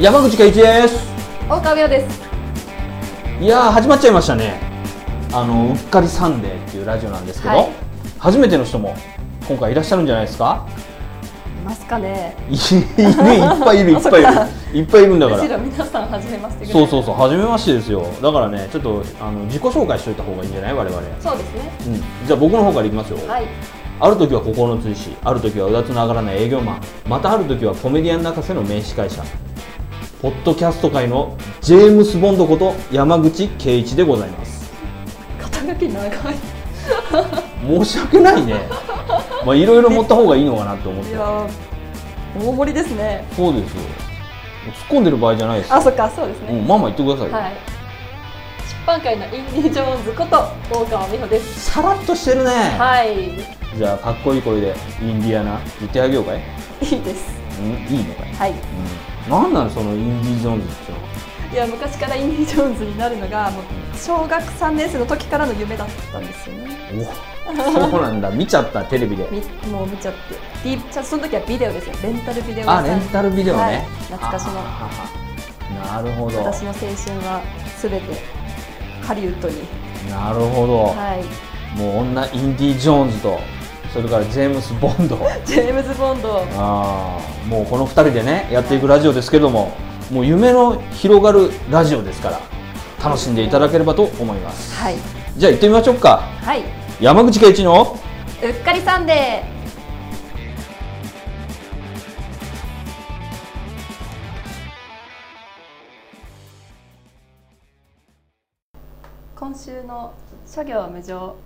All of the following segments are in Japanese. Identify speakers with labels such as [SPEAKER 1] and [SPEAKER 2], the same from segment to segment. [SPEAKER 1] 山口圭一です
[SPEAKER 2] 大川亮です。
[SPEAKER 1] いやー始まっちゃいましたねあのうっかりサンデーっていうラジオなんですけど、
[SPEAKER 2] はい
[SPEAKER 1] 初めての人も今回いらっしゃるんじゃないですか
[SPEAKER 2] いますかね。
[SPEAKER 1] いる いっぱいいるいっぱいいるいっぱいいるんだか
[SPEAKER 2] むし
[SPEAKER 1] ら
[SPEAKER 2] ろ皆さん初めましてぐら
[SPEAKER 1] そ
[SPEAKER 2] いう
[SPEAKER 1] そうそう初めましてですよだからねちょっとあの自己紹介しといた方がいいんじゃない我々、う
[SPEAKER 2] そうです
[SPEAKER 1] ん、
[SPEAKER 2] ね。
[SPEAKER 1] じゃあ僕の方からいきますよ、
[SPEAKER 2] はい。
[SPEAKER 1] ある時は心の追試ある時はうだつの上がらない営業マンまたある時はコメディアン泣かせの名司会者ポッドキャスト界のジェームス・ボンドこと山口圭一でございます
[SPEAKER 2] 肩書き長い。
[SPEAKER 1] 申し訳ないねまあいろいろ持った方がいいのかなって思っ
[SPEAKER 2] い
[SPEAKER 1] て
[SPEAKER 2] やー、大盛りですね。
[SPEAKER 1] そうですよ突っ込んでる場合じゃないです
[SPEAKER 2] あ、そっか、そうです
[SPEAKER 1] もう
[SPEAKER 2] ね。
[SPEAKER 1] んまあまあ言ってくださいよ、
[SPEAKER 2] はい。出版界のインディ・ジョーンズこと大川美穂です。
[SPEAKER 1] さらっとしてるね、
[SPEAKER 2] はい。い
[SPEAKER 1] じゃあかっこいい声でインディアナ言ってあげようかい、
[SPEAKER 2] いです。
[SPEAKER 1] うん、いいのかい、
[SPEAKER 2] はい。
[SPEAKER 1] うん、なんなのそのインディ・ジョーンズっていうのはい
[SPEAKER 2] や、昔からインディ・ジョーンズになるのが、もう小学3年生の時からの夢だったんですよね。
[SPEAKER 1] おそうなんだ見ちゃったテレビで
[SPEAKER 2] みもう見ちゃって。ビちゃその時はビデオですよ。レンタルビデオ屋さ
[SPEAKER 1] あ
[SPEAKER 2] ん
[SPEAKER 1] レンタルビデオね、
[SPEAKER 2] はい懐かしの。
[SPEAKER 1] あなるほど
[SPEAKER 2] 私の青春はすべてハリウッドに、
[SPEAKER 1] なるほど、
[SPEAKER 2] はい、
[SPEAKER 1] もう女インディ・ジョーンズとそれからジェームス・ボンド
[SPEAKER 2] ジェームズ・ボンド
[SPEAKER 1] あーもうこの2人でねやっていくラジオですけどももう夢の広がるラジオですから楽しんでいただければと思います
[SPEAKER 2] はい、
[SPEAKER 1] じゃあ行ってみましょうか
[SPEAKER 2] はい、
[SPEAKER 1] 山口圭一の
[SPEAKER 2] うっかりサンデー今週の「諸行無常」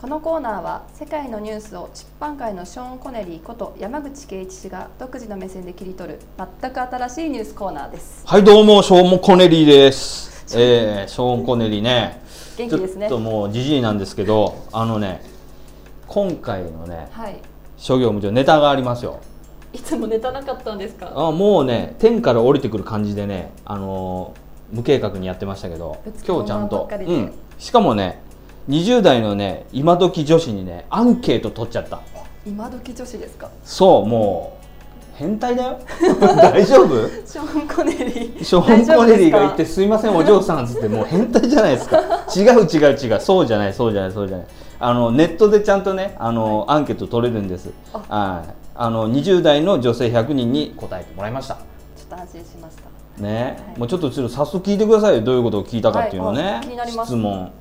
[SPEAKER 2] このコーナーは世界のニュースを出版界のショーン・コネリーこと山口圭一氏が独自の目線で切り取る全く新しいニュースコーナーです
[SPEAKER 1] はいどうもショーン・コネリーです、えー、ショーン・コネリーね
[SPEAKER 2] 元気ですね
[SPEAKER 1] ちょっともうじじいなんですけどあのね今回のね
[SPEAKER 2] はい
[SPEAKER 1] 諸行無常ネタがありますよ
[SPEAKER 2] いつもネタなかったんですか
[SPEAKER 1] あもうね天から降りてくる感じでね、あのー無計画にやってましたけど
[SPEAKER 2] ぶつかり
[SPEAKER 1] 今日ちゃん
[SPEAKER 2] ば
[SPEAKER 1] と
[SPEAKER 2] っか、り
[SPEAKER 1] う
[SPEAKER 2] で
[SPEAKER 1] ん、しかもね20代のね今時女子にねアンケート取っちゃった
[SPEAKER 2] 今時女子ですか
[SPEAKER 1] そうもう変態 だよ大丈夫
[SPEAKER 2] ショーン・コネリー
[SPEAKER 1] ショーン・コネリーが言っ
[SPEAKER 2] 大丈夫
[SPEAKER 1] て「
[SPEAKER 2] です
[SPEAKER 1] いませんお嬢さん」っつってもう変態じゃないですか違う違う違うそうじゃないそうじゃないそうじゃないあのネットでちゃんとねあの、アンケート取れるんですは
[SPEAKER 2] あ
[SPEAKER 1] いあの20代の女性100人に答えてもらいました
[SPEAKER 2] すかちょっと安心しました
[SPEAKER 1] ね、
[SPEAKER 2] はい
[SPEAKER 1] もうちょっとちょっと早速聞いてくださいよどういうことを聞いたかっていうのをね、
[SPEAKER 2] はいあ気になります
[SPEAKER 1] 質問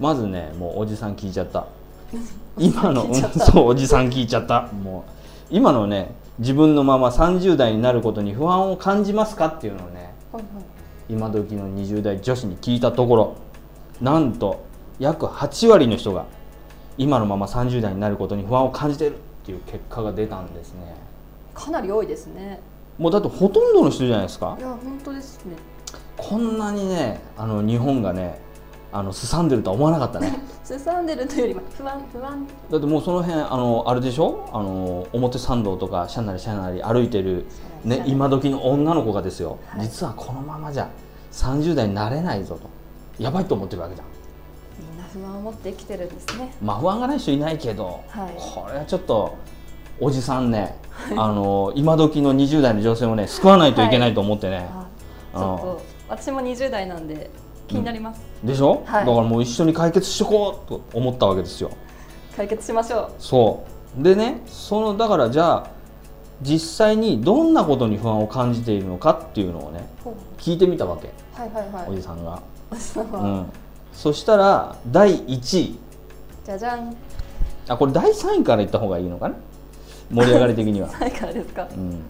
[SPEAKER 1] まずねもうおじさん聞いちゃ った今の
[SPEAKER 2] 聞いちゃった
[SPEAKER 1] うんそうおじさん聞いちゃったもう今のね自分のまま30代になることに不安を感じますかっていうのをね
[SPEAKER 2] はいはい
[SPEAKER 1] 今時の20代女子に聞いたところなんと約8割の人が今のまま30代になることに不安を感じているっていう結果が出たんですね
[SPEAKER 2] かなり多いですね
[SPEAKER 1] もうだってほとんどの人じゃないですか
[SPEAKER 2] いや本当ですね
[SPEAKER 1] こんなにねあの日本がねあのすさんでるとは思わなかった ね
[SPEAKER 2] すさんでるというよりも不安不安
[SPEAKER 1] だってもうその辺あのあれでしょあの表参道とかシャンナリシャンナリ歩いてる、ね、今時の女の子がですよ、
[SPEAKER 2] はい
[SPEAKER 1] 実はこのままじゃ30代になれないぞとやばいと思ってるわけじゃん
[SPEAKER 2] みんな不安を持って生きてるんですね
[SPEAKER 1] まあ不安がない人いないけど、
[SPEAKER 2] はい
[SPEAKER 1] これはちょっとおじさんね、あの今時の20代の女性をね救わないといけないと思ってね、
[SPEAKER 2] あち
[SPEAKER 1] あ
[SPEAKER 2] ょ
[SPEAKER 1] の
[SPEAKER 2] っと私も20代なんで気になります、
[SPEAKER 1] でしょ、
[SPEAKER 2] はい
[SPEAKER 1] だからもう一緒に解決していこうと思ったわけですよ
[SPEAKER 2] 解決しましょう
[SPEAKER 1] そうでねそのだからじゃあ実際にどんなことに不安を感じているのかっていうのをね聞いてみたわけ
[SPEAKER 2] はいはいは
[SPEAKER 1] お
[SPEAKER 2] い
[SPEAKER 1] じさんが、
[SPEAKER 2] おじさん
[SPEAKER 1] う
[SPEAKER 2] は、
[SPEAKER 1] ん、そしたら第1位
[SPEAKER 2] じゃじゃん
[SPEAKER 1] あこれ第3位からいった方がいいのかな盛り上がり的 には
[SPEAKER 2] はいからですか
[SPEAKER 1] うん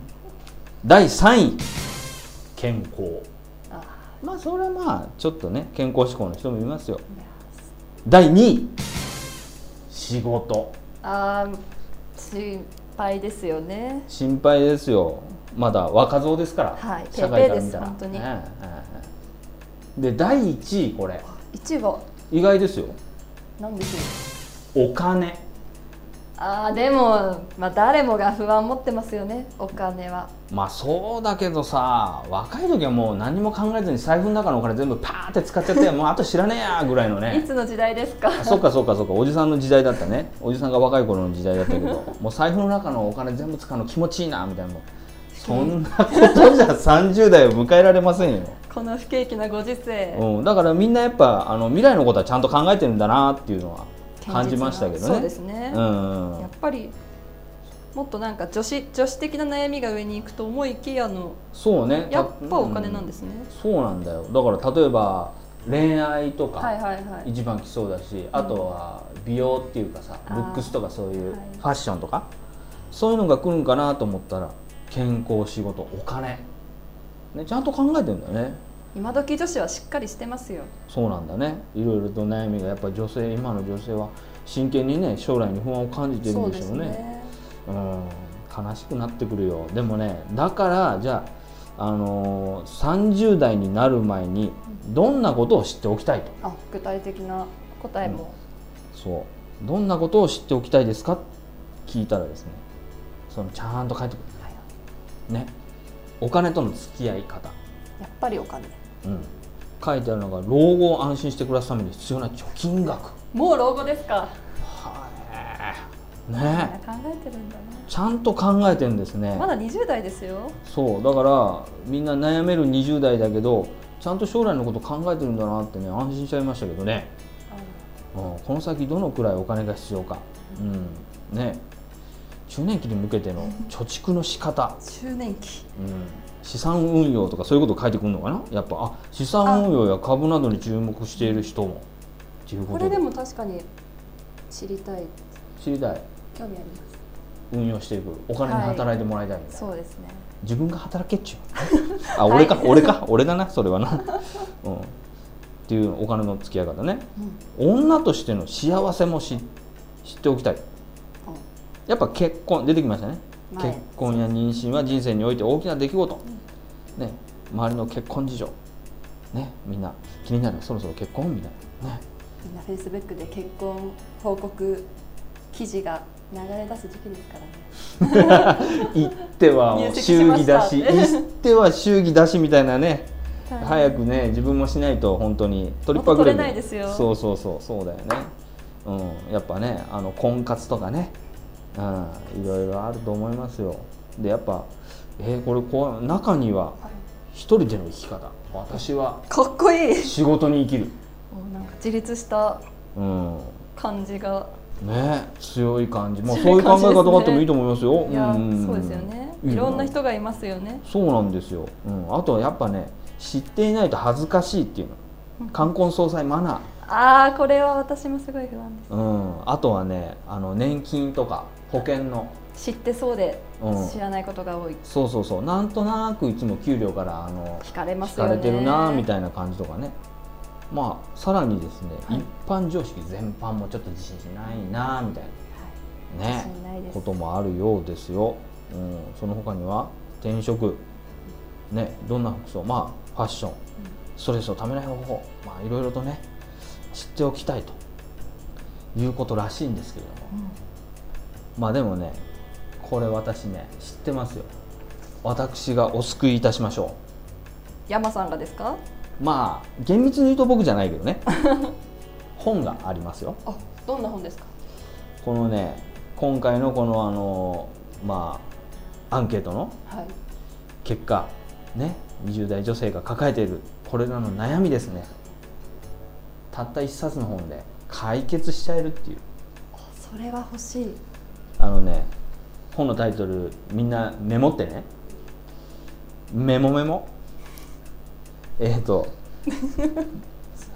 [SPEAKER 1] 第3位健康
[SPEAKER 2] あ
[SPEAKER 1] まあそれはまあちょっとね健康志向の人もいますよ
[SPEAKER 2] いや
[SPEAKER 1] 第2位仕事
[SPEAKER 2] あー心配ですよね
[SPEAKER 1] 心配ですよまだ若造ですから、
[SPEAKER 2] はい
[SPEAKER 1] 社会から見たら
[SPEAKER 2] ペーペーです本当に
[SPEAKER 1] ええええで第1位これ
[SPEAKER 2] 一は
[SPEAKER 1] 意外ですよ
[SPEAKER 2] 何でしょう
[SPEAKER 1] お金
[SPEAKER 2] あーでも、まあ、誰もが不安持ってますよねお金は
[SPEAKER 1] まあそうだけどさ若い時はもう何も考えずに財布の中のお金全部パーって使っちゃってもうあと知らねえやぐらいのね
[SPEAKER 2] いつの時代ですか
[SPEAKER 1] あそっかそっかそっかおじさんの時代だったね おじさんが若い頃の時代だったけどもう財布の中のお金全部使うの気持ちいいなみたいなもうそんなことじゃ30代を迎えられませんよ、
[SPEAKER 2] この不景気なご時世、
[SPEAKER 1] うん、だからみんなやっぱあの未来のことはちゃんと考えてるんだなっていうのは感じましたけどね
[SPEAKER 2] そうですね、
[SPEAKER 1] うん
[SPEAKER 2] やっぱりもっとなんか女子女子的な悩みが上に行くと思いきやの
[SPEAKER 1] そうね、
[SPEAKER 2] やっぱお金なんですすね、
[SPEAKER 1] うんそうなんだよだから例えば恋愛とか、
[SPEAKER 2] はいはいはい
[SPEAKER 1] 一番来そうだし、あとは美容っていうかさ
[SPEAKER 2] あ
[SPEAKER 1] ル
[SPEAKER 2] ー
[SPEAKER 1] ックスとかそういう
[SPEAKER 2] は
[SPEAKER 1] フ
[SPEAKER 2] い
[SPEAKER 1] ァッションとか、そういうのが来るんかなと思ったら健康仕事お金、ね、ちゃんと考えてんだよね
[SPEAKER 2] 今時女子はしっかりしてますよ
[SPEAKER 1] そうなんだねいろいろと悩みがやっぱり女性今の女性は真剣にね将来に不安を感じてる
[SPEAKER 2] そ
[SPEAKER 1] ん
[SPEAKER 2] う
[SPEAKER 1] で
[SPEAKER 2] で
[SPEAKER 1] し
[SPEAKER 2] す
[SPEAKER 1] ょうね
[SPEAKER 2] ね
[SPEAKER 1] うん悲しくなってくるよでもねだからじゃあ、あのー30代になる前にどんなことを知っておきたいと
[SPEAKER 2] あ具体的な答えも、
[SPEAKER 1] そうどんなことを知っておきたいですか聞いたらですねそのちゃんと返ってく
[SPEAKER 2] はい
[SPEAKER 1] るねお金との付き合い方、
[SPEAKER 2] やっぱりお金
[SPEAKER 1] うん、書いてあるのが老後を安心して暮らすために必要な貯金額
[SPEAKER 2] もう老後ですか、
[SPEAKER 1] はいね
[SPEAKER 2] 考
[SPEAKER 1] え
[SPEAKER 2] えてるんだな
[SPEAKER 1] ちゃんと考えてんですね
[SPEAKER 2] まだ20代ですよ
[SPEAKER 1] そうだからみんな悩める20代だけどちゃんと将来のこと考えてるんだなってね安心しちゃいましたけどね、うん、この先どのくらいお金が必要か、うん、ね中年期に向けての貯蓄の仕方、
[SPEAKER 2] 中年期
[SPEAKER 1] うん、資産運用とかそういうこと書いてくるのかなやっぱあ資産運用や株などに注目している人もっていうこ
[SPEAKER 2] ことれでも確かに知りたい
[SPEAKER 1] 知りたい
[SPEAKER 2] 興味あります
[SPEAKER 1] 運用していくお金に働いてもらいたいみたいな、
[SPEAKER 2] そうですね
[SPEAKER 1] 自分が働けっちゅうあ俺か、俺か俺だなそれはな、うん、っていうお金の付き合い方ね
[SPEAKER 2] うん
[SPEAKER 1] 女としての幸せもし知っておきたいやっぱ結婚出てきましたね
[SPEAKER 2] 前
[SPEAKER 1] 結婚や妊娠は人生において大きな出来事、ね、周りの結婚事情、ね、みんな気になるそろそろ結婚みたいな、 ね、
[SPEAKER 2] みんなフェイスブックで結婚報告記事が流れ出す時期ですからね
[SPEAKER 1] 行ってはも
[SPEAKER 2] 入
[SPEAKER 1] う
[SPEAKER 2] 籍し
[SPEAKER 1] 祝
[SPEAKER 2] ま
[SPEAKER 1] 儀
[SPEAKER 2] し
[SPEAKER 1] だ
[SPEAKER 2] た
[SPEAKER 1] し行っては祝儀だしみたいなね
[SPEAKER 2] 大変
[SPEAKER 1] 早くね自分もしないと本当に取りっぱぐ
[SPEAKER 2] 元取れないですよ
[SPEAKER 1] そうそうそうそうだよねうんやっぱねあの婚活とかねうんいろいろあると思いますよでやっぱえーこれこう中には一人での生き方私は
[SPEAKER 2] かっこいい
[SPEAKER 1] 仕事に生きる
[SPEAKER 2] おなんか自立した
[SPEAKER 1] うん
[SPEAKER 2] 感じが
[SPEAKER 1] ね強い感じもうそ
[SPEAKER 2] 強
[SPEAKER 1] うい
[SPEAKER 2] いう
[SPEAKER 1] 考
[SPEAKER 2] 感
[SPEAKER 1] え
[SPEAKER 2] じですね
[SPEAKER 1] 方があってもいいと思いますよ
[SPEAKER 2] いや、
[SPEAKER 1] んんん
[SPEAKER 2] そうですよね
[SPEAKER 1] い
[SPEAKER 2] いろんな
[SPEAKER 1] が
[SPEAKER 2] 人がいますよね
[SPEAKER 1] そうなんですよ、うん、あとはやっぱね知っていないと恥ずかしいっていうの冠婚葬祭マナー
[SPEAKER 2] ああこれは私もすごい不安で
[SPEAKER 1] うん、あとはねあの年金とか保険の、
[SPEAKER 2] す知ってそうで
[SPEAKER 1] うん、
[SPEAKER 2] 知らないことが多い、
[SPEAKER 1] そうそうそうなんとなくいつも給料からあの
[SPEAKER 2] 惹かれま
[SPEAKER 1] 引
[SPEAKER 2] すよ
[SPEAKER 1] か
[SPEAKER 2] ね
[SPEAKER 1] れてるなみ
[SPEAKER 2] い
[SPEAKER 1] たいな感じとかねまあさらにですね、
[SPEAKER 2] はい
[SPEAKER 1] 一般常識全般もちょっと自信ないなみたいな
[SPEAKER 2] はい、
[SPEAKER 1] ね
[SPEAKER 2] 自信ないです
[SPEAKER 1] こともあるようですよ、うん、その他には転職ねどんな服装まあファッションストレスをためない方法まあいろいろとね知っておきたいということらしいんですけれども
[SPEAKER 2] うん
[SPEAKER 1] まあでもねこれ私ね知ってますよ私がお救いいたしましょ
[SPEAKER 2] 山さんがですか
[SPEAKER 1] うまあ厳密に言うと僕じゃないけどね本がありますよ
[SPEAKER 2] あどんな本ですか
[SPEAKER 1] このね今回のこのあのまあアンケートの
[SPEAKER 2] はい
[SPEAKER 1] 結果ね20代女性が抱えているこれらの悩みですねたった一冊の本で解決しちゃえるっていう
[SPEAKER 2] あそれは欲しい
[SPEAKER 1] あのね本のタイトルみんなメモってねメモメモえっ、と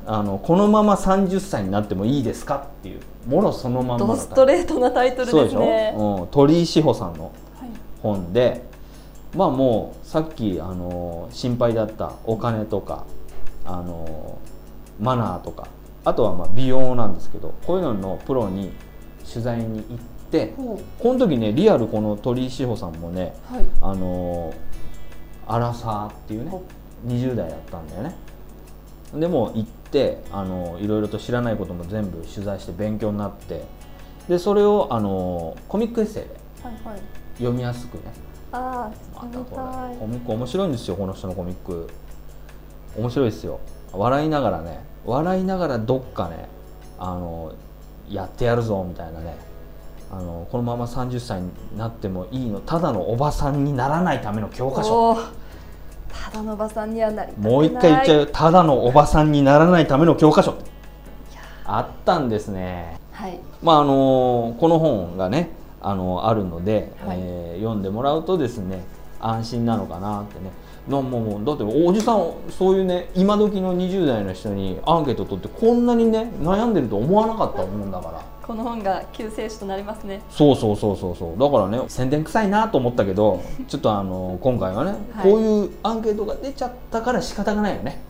[SPEAKER 1] あのこのまま30歳になってもいいですかっていうもろそのまんま
[SPEAKER 2] ド
[SPEAKER 1] の
[SPEAKER 2] スト
[SPEAKER 1] レ
[SPEAKER 2] レートなタイトルです
[SPEAKER 1] そう
[SPEAKER 2] ね
[SPEAKER 1] でしょ、うん、鳥居志保さんの
[SPEAKER 2] はい
[SPEAKER 1] 本でまあもうさっきあの心配だったお金とかあのマナーとかあとはまあ美容なんですけどこういうののプロに取材に行って
[SPEAKER 2] ほう
[SPEAKER 1] この時ねリアルこの鳥居志保さんもね
[SPEAKER 2] はい
[SPEAKER 1] あのアラサーっていうね
[SPEAKER 2] お
[SPEAKER 1] 20代だったんだよねでも行ってあのいろいろと知らないことも全部取材して勉強になってでそれをあのコミックエッセイで
[SPEAKER 2] はいはい
[SPEAKER 1] 読みやすくね
[SPEAKER 2] ああ
[SPEAKER 1] ま
[SPEAKER 2] 読
[SPEAKER 1] た
[SPEAKER 2] み
[SPEAKER 1] これコ
[SPEAKER 2] た
[SPEAKER 1] ミック面白いんですよこの人のコミック面白いですよ笑いながらね笑いながらどっかねあのやってやるぞみたいなねあのこのまま30歳になってもいいのただのおばさんにならないための教科書
[SPEAKER 2] おーただのおばさんにはなりたくない
[SPEAKER 1] もう一回言っちゃ
[SPEAKER 2] う
[SPEAKER 1] うただのおばさんにならないための教科書あったんですね
[SPEAKER 2] はい
[SPEAKER 1] まああのこの本がねあのあるので、
[SPEAKER 2] はい
[SPEAKER 1] えー読んでもらうとですね安心なのかなってねなもうもうだっておじさんそういうね今時の20代の人にアンケート取ってこんなにね悩んでると思わなかったもんだから
[SPEAKER 2] この本が救世主となりますね
[SPEAKER 1] そうそうそうそうそうだからね宣伝臭いなと思ったけどちょっとあの今回はね、
[SPEAKER 2] はい
[SPEAKER 1] こういうアンケートが出ちゃったから仕方がないよね、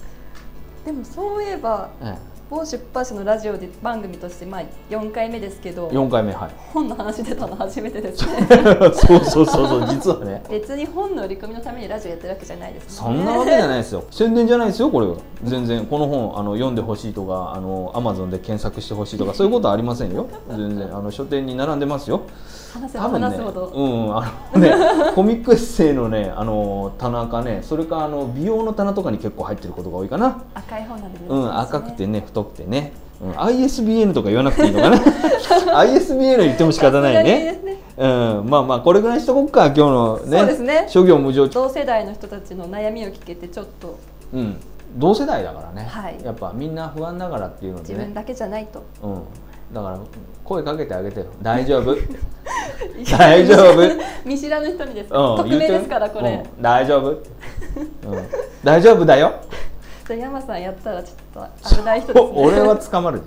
[SPEAKER 2] でもそういえば
[SPEAKER 1] え
[SPEAKER 2] 某出版社のラジオで番組としてまあ4回目ですけど
[SPEAKER 1] え、4回目はい
[SPEAKER 2] 本の話出たの初めてですね
[SPEAKER 1] そうそうそうそう実はね
[SPEAKER 2] 別に本の売り込みのためにラジオやってるわけじゃないです
[SPEAKER 1] そ
[SPEAKER 2] もね
[SPEAKER 1] んなわけじゃないですよ宣伝じゃないですよこれは全然この本あの読んでほしいとかあの Amazon で検索してほしいとかそういうことはありませんよ全然あの書店に並んでますよ
[SPEAKER 2] 話せば話すほど、
[SPEAKER 1] うんうん、あのねコミックエッセイのねあの棚かねそれかあの美容の棚とかに結構入ってることが多いかな
[SPEAKER 2] 赤い本なんで目立ち
[SPEAKER 1] うん、
[SPEAKER 2] ますね
[SPEAKER 1] 赤くてね、太くてね。うん、ISBN とか言わなくていいのかな ISBN 言っても仕方ないね
[SPEAKER 2] さすがにですね
[SPEAKER 1] うんまあまあこれぐらいにしとこっか今日のね
[SPEAKER 2] そうですね
[SPEAKER 1] 諸行無常
[SPEAKER 2] 同世代の人たちの悩みを聞けてちょっと
[SPEAKER 1] うん同世代だからね、
[SPEAKER 2] はい
[SPEAKER 1] やっぱみんな不安だからっていうの
[SPEAKER 2] 自
[SPEAKER 1] で
[SPEAKER 2] 分
[SPEAKER 1] ね
[SPEAKER 2] だけじゃないと、
[SPEAKER 1] うんだから声かけてあげてよ大丈 夫大丈夫
[SPEAKER 2] 見知らぬ人にです、
[SPEAKER 1] うん
[SPEAKER 2] 匿
[SPEAKER 1] 言
[SPEAKER 2] 名で
[SPEAKER 1] っ
[SPEAKER 2] す
[SPEAKER 1] て
[SPEAKER 2] からこれ、
[SPEAKER 1] うん大丈夫、うん、大丈夫だよ
[SPEAKER 2] それ山さんやったらちょっと危ない人ですね
[SPEAKER 1] 俺は捕まるね、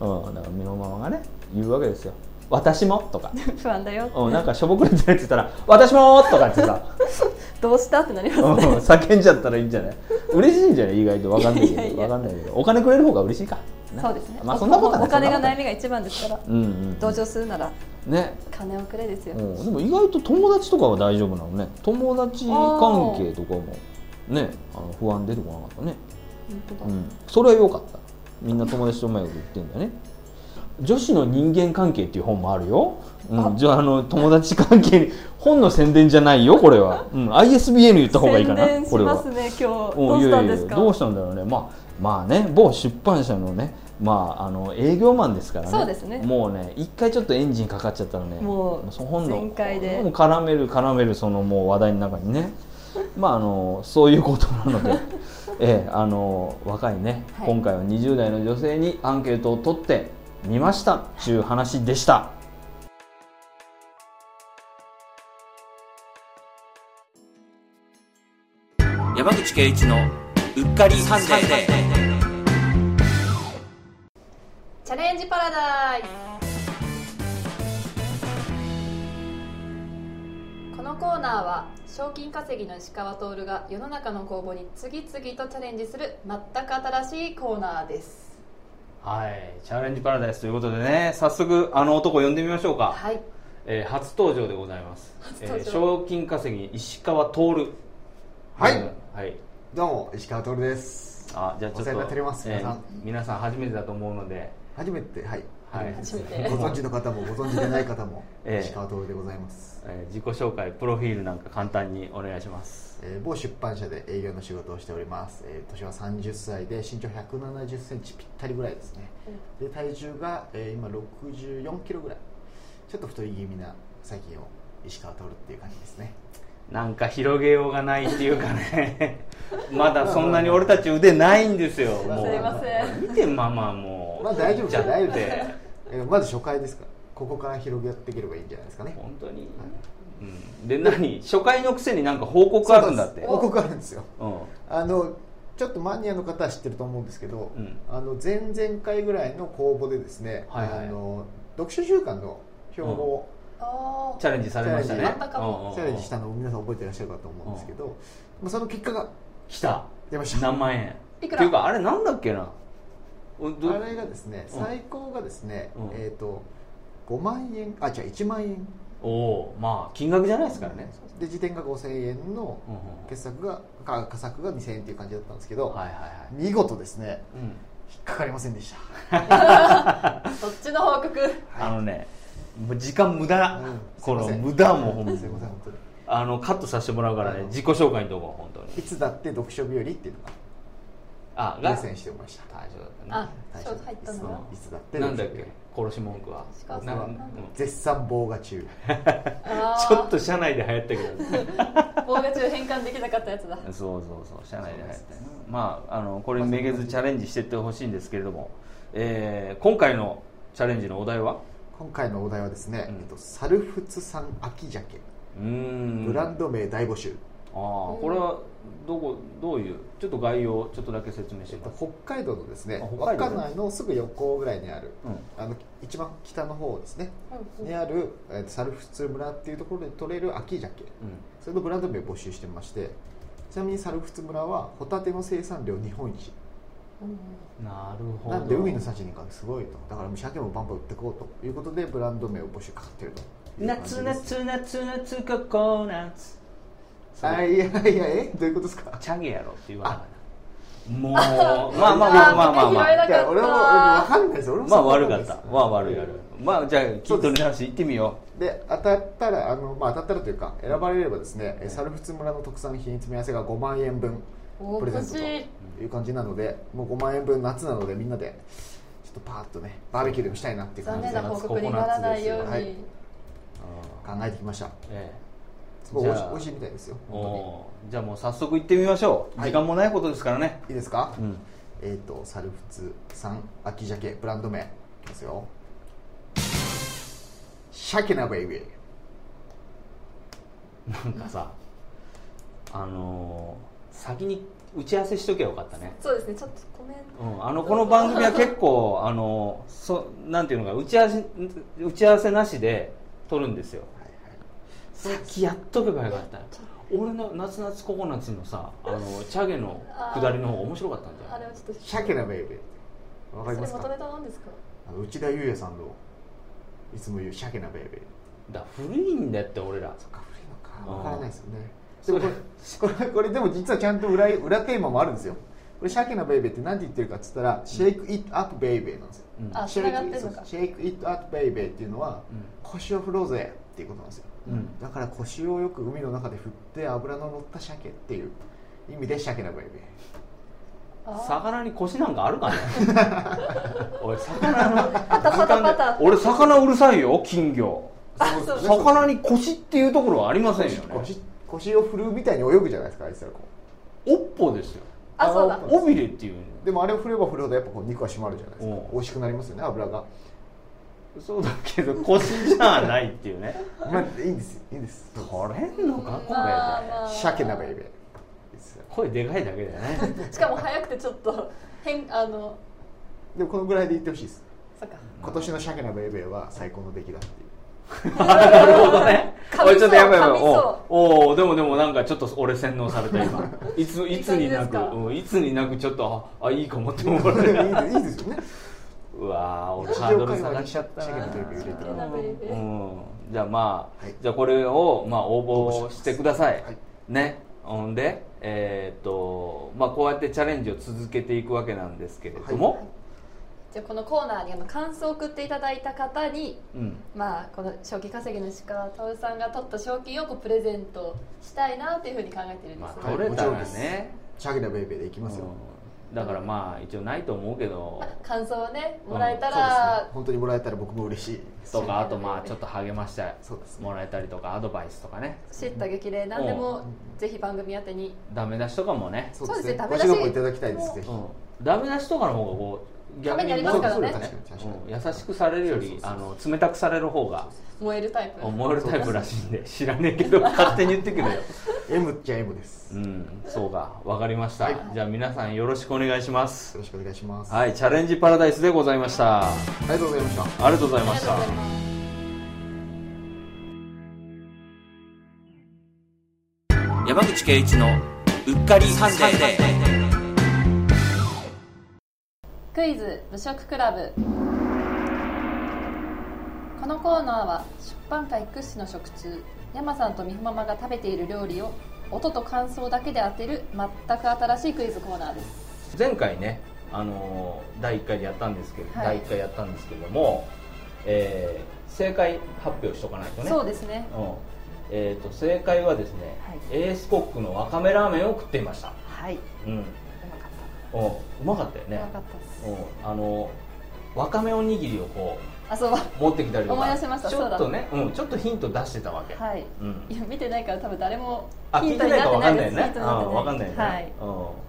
[SPEAKER 1] うん、だから身のままがね言うわけですよ私もとか
[SPEAKER 2] 不安だよ、
[SPEAKER 1] うん、なんかしょぼくれてるって言ったら「私も!」とかってさ、
[SPEAKER 2] どうしたってなります
[SPEAKER 1] う
[SPEAKER 2] ね
[SPEAKER 1] ん、叫んじゃったらいいんじゃない嬉しいんじゃない意外とわかんないけど
[SPEAKER 2] いやいや
[SPEAKER 1] わかんないけどお金くれる方が嬉しいかな
[SPEAKER 2] そうですね、
[SPEAKER 1] まあそんなことは
[SPEAKER 2] お金が
[SPEAKER 1] ない
[SPEAKER 2] 悩みが一番ですから
[SPEAKER 1] うんうん
[SPEAKER 2] 同情するなら
[SPEAKER 1] ね
[SPEAKER 2] 金をくれですよ、
[SPEAKER 1] うん、でも意外と友達とかは大丈夫なのね友達関係とかもねあの不安出てこなかったね、
[SPEAKER 2] 本当
[SPEAKER 1] う
[SPEAKER 2] だ
[SPEAKER 1] ん、それは良かったみんな友達とうまいこと言ってんだね女子の人間関係っていう本もあるよ、うん、じゃああの友達関係に本の宣伝じゃないよこれは、うん、ISBN 言った方がいいかな
[SPEAKER 2] 宣伝し
[SPEAKER 1] これ
[SPEAKER 2] ま
[SPEAKER 1] は
[SPEAKER 2] すね今日
[SPEAKER 1] うん
[SPEAKER 2] どうしたんですか
[SPEAKER 1] いやいやどうしたんだろうねまあまあね某出版社のねまああの営業マンですからね
[SPEAKER 2] そうですね
[SPEAKER 1] もうね一回ちょっとエンジンかかっちゃったらね
[SPEAKER 2] もう
[SPEAKER 1] その本の
[SPEAKER 2] 全開で
[SPEAKER 1] もう絡める絡めるそのもう話題の中にねまああのそういうことなのでええあの若いね、
[SPEAKER 2] はい
[SPEAKER 1] 今回は20代の女性にアンケートを取ってみましたっていう話でした。
[SPEAKER 3] 山口圭一のうっかり判定
[SPEAKER 2] チャレンジパラダイスこのコーナーは賞金稼ぎの石川徹が世の中の公募に次々とチャレンジする全く新しいコーナーです
[SPEAKER 1] はい、チャレンジパラダイスということでね早速あの男呼んでみましょうか、
[SPEAKER 2] はい
[SPEAKER 1] えー初登場でございます
[SPEAKER 2] 初
[SPEAKER 1] え
[SPEAKER 2] 登場
[SPEAKER 1] ー賞金稼ぎ石川徹
[SPEAKER 4] はい
[SPEAKER 1] うんはい
[SPEAKER 4] どうも石川徹です
[SPEAKER 1] あじゃあちょっと
[SPEAKER 4] お世話になっております皆さん
[SPEAKER 1] 皆さん初めてだと思うので
[SPEAKER 4] 初めてはい、
[SPEAKER 1] はい、
[SPEAKER 2] 初めて
[SPEAKER 4] ご存知の方もご存知でない方も
[SPEAKER 1] ええ
[SPEAKER 4] 石川徹でございます、
[SPEAKER 1] えー自己紹介プロフィールなんか簡単にお願いします
[SPEAKER 4] えー某出版社で営業の仕事をしております、えー、年は30歳で身長1 7 0センチぴったりぐらいですねで体重が、えー今6 4キロぐらいちょっと太り気味な最近を石川徹っていう感じですね
[SPEAKER 1] なんか広げようがないっていうかね まだそんなに俺たち腕ないんですよもう
[SPEAKER 2] すいません
[SPEAKER 1] 見てママもう
[SPEAKER 4] まあ大丈夫ですよ大丈夫
[SPEAKER 1] 切っち
[SPEAKER 4] で
[SPEAKER 1] ゃって、
[SPEAKER 4] すえーまず初回ですからここから広げていければいいんじゃないですかね
[SPEAKER 1] 本当に、うん、で何初回のくせになんか報告あるんだって
[SPEAKER 4] そうです報告あるんですよ
[SPEAKER 1] うん
[SPEAKER 4] あのちょっとマニアの方は知ってると思うんですけど、
[SPEAKER 1] うん
[SPEAKER 4] あの前々回ぐらいの公募でですね、
[SPEAKER 1] はいはい
[SPEAKER 4] あの読書週間の標語を
[SPEAKER 2] あ
[SPEAKER 1] チャレンジされましたね
[SPEAKER 4] チャレン
[SPEAKER 2] ジあったかも
[SPEAKER 1] うんうんうん
[SPEAKER 4] チャレンジしたのを皆さん覚えてらっしゃるかと思うんですけど、まあ、その結果が
[SPEAKER 1] 来た
[SPEAKER 4] 出ました
[SPEAKER 1] 何万円
[SPEAKER 2] いくら
[SPEAKER 1] っていうかあれなんだっけなおど
[SPEAKER 4] あれがですね
[SPEAKER 1] うん
[SPEAKER 4] 最高がですね、
[SPEAKER 1] うん
[SPEAKER 4] えっ、と5万円あ違う1万円
[SPEAKER 1] おおまあ金額じゃないですからね、
[SPEAKER 4] で辞典が5000円の
[SPEAKER 1] うんうん
[SPEAKER 4] 傑作がか佳作が2000円っていう感じだったんですけど、
[SPEAKER 1] はいはいはい、
[SPEAKER 4] 見事ですね
[SPEAKER 1] うん、
[SPEAKER 4] 引っかかりませんでした
[SPEAKER 2] あそっちの報告
[SPEAKER 1] あのねもう時間無駄、
[SPEAKER 4] うん
[SPEAKER 1] この
[SPEAKER 4] すいません
[SPEAKER 1] 無駄もほんます
[SPEAKER 4] いません本当に
[SPEAKER 1] あのカットさせてもらうからね
[SPEAKER 4] うん
[SPEAKER 1] 自己紹介のとこは本当に
[SPEAKER 4] いつだって読書日和っていうのが
[SPEAKER 1] あ
[SPEAKER 5] あ
[SPEAKER 4] レ
[SPEAKER 5] が
[SPEAKER 4] ッスンしてました
[SPEAKER 5] 大丈夫だったね
[SPEAKER 2] あ
[SPEAKER 4] 大
[SPEAKER 2] シ
[SPEAKER 4] 丈
[SPEAKER 2] ョ
[SPEAKER 4] 夫
[SPEAKER 2] ート入ったの
[SPEAKER 5] そう
[SPEAKER 2] が
[SPEAKER 4] いつだって
[SPEAKER 5] なんだっけ殺し文句は
[SPEAKER 2] 石川さん
[SPEAKER 5] な
[SPEAKER 4] は
[SPEAKER 5] んかうん
[SPEAKER 4] 絶賛棒が中
[SPEAKER 2] あ
[SPEAKER 5] ちょっと社内で流行ったけどね
[SPEAKER 2] と棒が中変換できなかったやつだ
[SPEAKER 1] そうそうそう社内で流行ったよねまああのこれにめげずチャレンジしていってほしいんですけれども、えー今回のチャレンジのお題は
[SPEAKER 4] 今回のお題はですね、
[SPEAKER 1] うん
[SPEAKER 4] えっと、サルフツ産秋鮭
[SPEAKER 1] うーん
[SPEAKER 4] ブランド名大募集、
[SPEAKER 1] ああこれはどこどういうちょっと概要をちょっとだけ説明し
[SPEAKER 4] えっと
[SPEAKER 1] ます、
[SPEAKER 4] 北海道のですね
[SPEAKER 1] あ北海道
[SPEAKER 4] 稚内のすぐ横ぐらいにある
[SPEAKER 1] うん
[SPEAKER 4] あの一番北の方ですね、
[SPEAKER 2] うんうん
[SPEAKER 4] にある、えっと、サルフツ村っていうところで取れる秋鮭それのブランド名を募集してましてちなみにサルフツ村はホタテの生産量日本一
[SPEAKER 1] うん、なるほど
[SPEAKER 4] なんで海の幸に関してすごいとだからもう鮭もバンバン売ってこうということでブランド名を募集かかってるという感じ
[SPEAKER 1] 夏
[SPEAKER 4] です
[SPEAKER 1] 夏夏夏ココナッツ
[SPEAKER 4] あいやいやえどういうことで すか
[SPEAKER 1] チャゲやろって言わないもうまあまあまあまあまあまあ
[SPEAKER 2] あ
[SPEAKER 4] いや俺も俺もわかんないです俺も
[SPEAKER 1] まあ
[SPEAKER 4] そこまで
[SPEAKER 1] 悪かったまあ悪い悪いまあじゃあ聞い取り直し行ってみよ
[SPEAKER 4] で当たったらあの、まあ、当たったらというか選ばれればですね、えサルフツ村の特産品詰め合わせが5万円分
[SPEAKER 2] お
[SPEAKER 4] プレゼントと
[SPEAKER 2] 欲しい
[SPEAKER 4] いう感じなのでもう5万円分夏なのでみんなでちょっとパーッとねバーベキューでもしたいなっていう
[SPEAKER 2] 残
[SPEAKER 4] 感じ
[SPEAKER 2] 念
[SPEAKER 4] で
[SPEAKER 2] な
[SPEAKER 4] 考
[SPEAKER 2] 報告にならないように、
[SPEAKER 4] はい
[SPEAKER 1] うん
[SPEAKER 4] えてきました
[SPEAKER 1] え
[SPEAKER 4] すごい美味
[SPEAKER 1] じ
[SPEAKER 4] し
[SPEAKER 1] ゃあ
[SPEAKER 4] 美味しいみたいですよ
[SPEAKER 1] え
[SPEAKER 4] 本当に
[SPEAKER 1] おーじゃあもう早速行ってみましょう
[SPEAKER 4] はい
[SPEAKER 1] 時間もないことですからね
[SPEAKER 4] いいですか、
[SPEAKER 1] うん
[SPEAKER 4] えっ、とサルフツ産秋鮭ブランド名いきますよ鮭なベイビー
[SPEAKER 1] なんかさあのー先に打ち合わせしとけばよかったね
[SPEAKER 2] そうですねちょっとごめん
[SPEAKER 1] うん、あのこの番組は結 構あのそなんていうのか打ち合わせ打ち合わせなしで撮るんですよ先やっとけばよかった俺の「夏夏ココナッツ」のさあのチャゲの下りの方が面白かったんじゃな
[SPEAKER 2] あ
[SPEAKER 1] い
[SPEAKER 2] れはちょっと
[SPEAKER 4] 鮭なベイビー
[SPEAKER 2] そ
[SPEAKER 4] わか
[SPEAKER 2] れ
[SPEAKER 4] ります
[SPEAKER 2] 元
[SPEAKER 4] か
[SPEAKER 2] ネタなんですか
[SPEAKER 4] あの内田裕也さんのいつも言う鮭なベイビー
[SPEAKER 1] だから古いんだって俺ら
[SPEAKER 4] そっか古いのか
[SPEAKER 1] うん
[SPEAKER 4] わからないですよね
[SPEAKER 1] そ
[SPEAKER 4] で
[SPEAKER 1] れ
[SPEAKER 4] もこれこれこれでも実はちゃんと裏裏テーマもあるんですよこれ鮭のベイベーって何て言ってるかっつったら「シェイク・イット・アップ・ベイベー」なんですよ
[SPEAKER 1] うん
[SPEAKER 2] あ
[SPEAKER 4] シ
[SPEAKER 2] 繋がってんのか
[SPEAKER 4] ェイク・イット・アップ・ベイベーっていうのは腰を振ろうぜっていうことなんですよ
[SPEAKER 1] うんうん
[SPEAKER 4] だから腰をよく海の中で振って脂の乗った鮭っていう意味で鮭のベイベー
[SPEAKER 2] あ
[SPEAKER 1] 魚に腰なんかある かね俺魚の
[SPEAKER 2] ーパタパタパタ
[SPEAKER 1] 俺魚うるさいよ金魚
[SPEAKER 2] あそうそう
[SPEAKER 1] 魚に腰っていうところはありませんよね
[SPEAKER 4] 腰腰を振るみたいに泳ぐじゃないですかあいつらこう
[SPEAKER 1] おっぽですよ
[SPEAKER 2] あそうだ
[SPEAKER 1] 尾びれっていうの
[SPEAKER 4] でもあれを振れば振るほどやっぱこう肉は締まるじゃないですか
[SPEAKER 1] うん
[SPEAKER 4] 美味しくなりますよね脂が
[SPEAKER 1] そうだけど腰じゃないっていう ね
[SPEAKER 4] まあいいんですよいいんです
[SPEAKER 1] 取れんのかこれ
[SPEAKER 2] まあまあ
[SPEAKER 4] 鮭なベイベーですよ
[SPEAKER 1] 声でかいだけだよね
[SPEAKER 2] しかも早くてちょっと変あの
[SPEAKER 4] でもこのぐらいで言ってほしいです
[SPEAKER 2] そっか
[SPEAKER 4] 今年の鮭のベイベーは最高の出来だっていう
[SPEAKER 1] なるほどね
[SPEAKER 2] 噛
[SPEAKER 1] おい
[SPEAKER 2] みそう
[SPEAKER 1] ちょっとやばいやばい
[SPEAKER 2] 噛みそう
[SPEAKER 1] おおでもでもなんかちょっと俺洗脳された 今いついつにない
[SPEAKER 2] い感じです
[SPEAKER 1] く
[SPEAKER 2] か
[SPEAKER 1] うんいつになくちょっとああいいかもって思 われる
[SPEAKER 4] いいいいですよね
[SPEAKER 1] うわー俺
[SPEAKER 4] 日
[SPEAKER 1] ハードル
[SPEAKER 4] 常会
[SPEAKER 1] 下
[SPEAKER 4] 話
[SPEAKER 1] がっ
[SPEAKER 4] に
[SPEAKER 1] ちゃった
[SPEAKER 4] 鮭
[SPEAKER 1] な
[SPEAKER 4] のベイベー入れて
[SPEAKER 2] 鮭のベイベー
[SPEAKER 1] うんじゃあまあ、
[SPEAKER 4] はい
[SPEAKER 1] じゃあこれをまあ応募してください、
[SPEAKER 4] はい
[SPEAKER 1] ねほんでえーっとまあこうやってチャレンジを続けていくわけなんですけれども、
[SPEAKER 4] は
[SPEAKER 2] じゃあこのコーナーにあの感想を送っていただいた方に
[SPEAKER 1] うん
[SPEAKER 2] まあこの賞金稼ぎの石川徹さんが取った賞金をこうプレゼントしたいなというふうに考えてるんで
[SPEAKER 1] ます
[SPEAKER 2] よ
[SPEAKER 1] あ、
[SPEAKER 4] はい
[SPEAKER 1] 取れたら
[SPEAKER 4] もちろん
[SPEAKER 1] ね、
[SPEAKER 4] 鮭のベイベーでいきますよ
[SPEAKER 1] うんだからまあ一応ないと思うけど
[SPEAKER 2] 感想をねもらえた
[SPEAKER 4] そうです
[SPEAKER 2] ら
[SPEAKER 4] ね、本当にもらえたら僕も嬉しいです
[SPEAKER 1] とかあとまあちょっと励まして
[SPEAKER 4] そうですね
[SPEAKER 1] もらえたりとかアドバイスとかね
[SPEAKER 2] 知った激励何でもぜひ番組宛てに
[SPEAKER 1] ダメ出しとかもね、
[SPEAKER 4] そうで
[SPEAKER 2] そ
[SPEAKER 4] す
[SPEAKER 2] うですねダ
[SPEAKER 4] ねご
[SPEAKER 2] メ出し
[SPEAKER 4] 指導もいただきたいですぜひ
[SPEAKER 1] うん、ダメ出しとかの方がこう
[SPEAKER 2] ためになりますからね
[SPEAKER 1] そうです
[SPEAKER 4] 確かに確かに
[SPEAKER 1] うん優しくされるよりあの冷たくされる方が
[SPEAKER 2] 燃えるタイプ
[SPEAKER 1] 燃えるタイプらしいんで知らねえけ ど勝手に言ってくれよ
[SPEAKER 4] M っちゃ M です
[SPEAKER 1] う
[SPEAKER 4] よ
[SPEAKER 1] んそうかわかりました、
[SPEAKER 4] はい
[SPEAKER 1] じゃあ皆さんよろしくお願いします
[SPEAKER 4] ろしくお願いしますあ
[SPEAKER 1] はいチャレンジパラダイスでございましたあ
[SPEAKER 4] りがとうございました
[SPEAKER 1] りがとうございました
[SPEAKER 3] 山口圭一のうっかりサンデー
[SPEAKER 2] クイズ無職クラブこのコーナーは出版界屈指の食通山さんと美穂ママが食べている料理を音と感想だけで当てる全く新しいクイズコーナーです
[SPEAKER 1] 前回ね、あのー第1回でやったんですけど、
[SPEAKER 2] はい
[SPEAKER 1] 第一回やったんですけども、えー正解発表しとかないとね
[SPEAKER 2] そう
[SPEAKER 1] う、
[SPEAKER 2] ですね
[SPEAKER 1] んえー、と正解はですね、
[SPEAKER 2] はい
[SPEAKER 1] エースコックのわかめラーメンを食っていました、
[SPEAKER 2] はい
[SPEAKER 1] うん、
[SPEAKER 2] うまかっ
[SPEAKER 1] うんうまかったよね
[SPEAKER 2] なかったです
[SPEAKER 1] うんあのわかめおにぎりをこ
[SPEAKER 2] あそうは
[SPEAKER 1] う持ってきたりとか
[SPEAKER 2] 思い出しました
[SPEAKER 1] ち
[SPEAKER 2] そ
[SPEAKER 1] ょ
[SPEAKER 2] うだ
[SPEAKER 1] っとね、うん、ちょっとヒント出してたわけ、
[SPEAKER 2] い
[SPEAKER 1] うん、
[SPEAKER 2] いや見てないから多分誰も
[SPEAKER 1] あ聞いてないかわかんないよね
[SPEAKER 2] ヒントになって
[SPEAKER 1] わかんないよね、
[SPEAKER 2] はい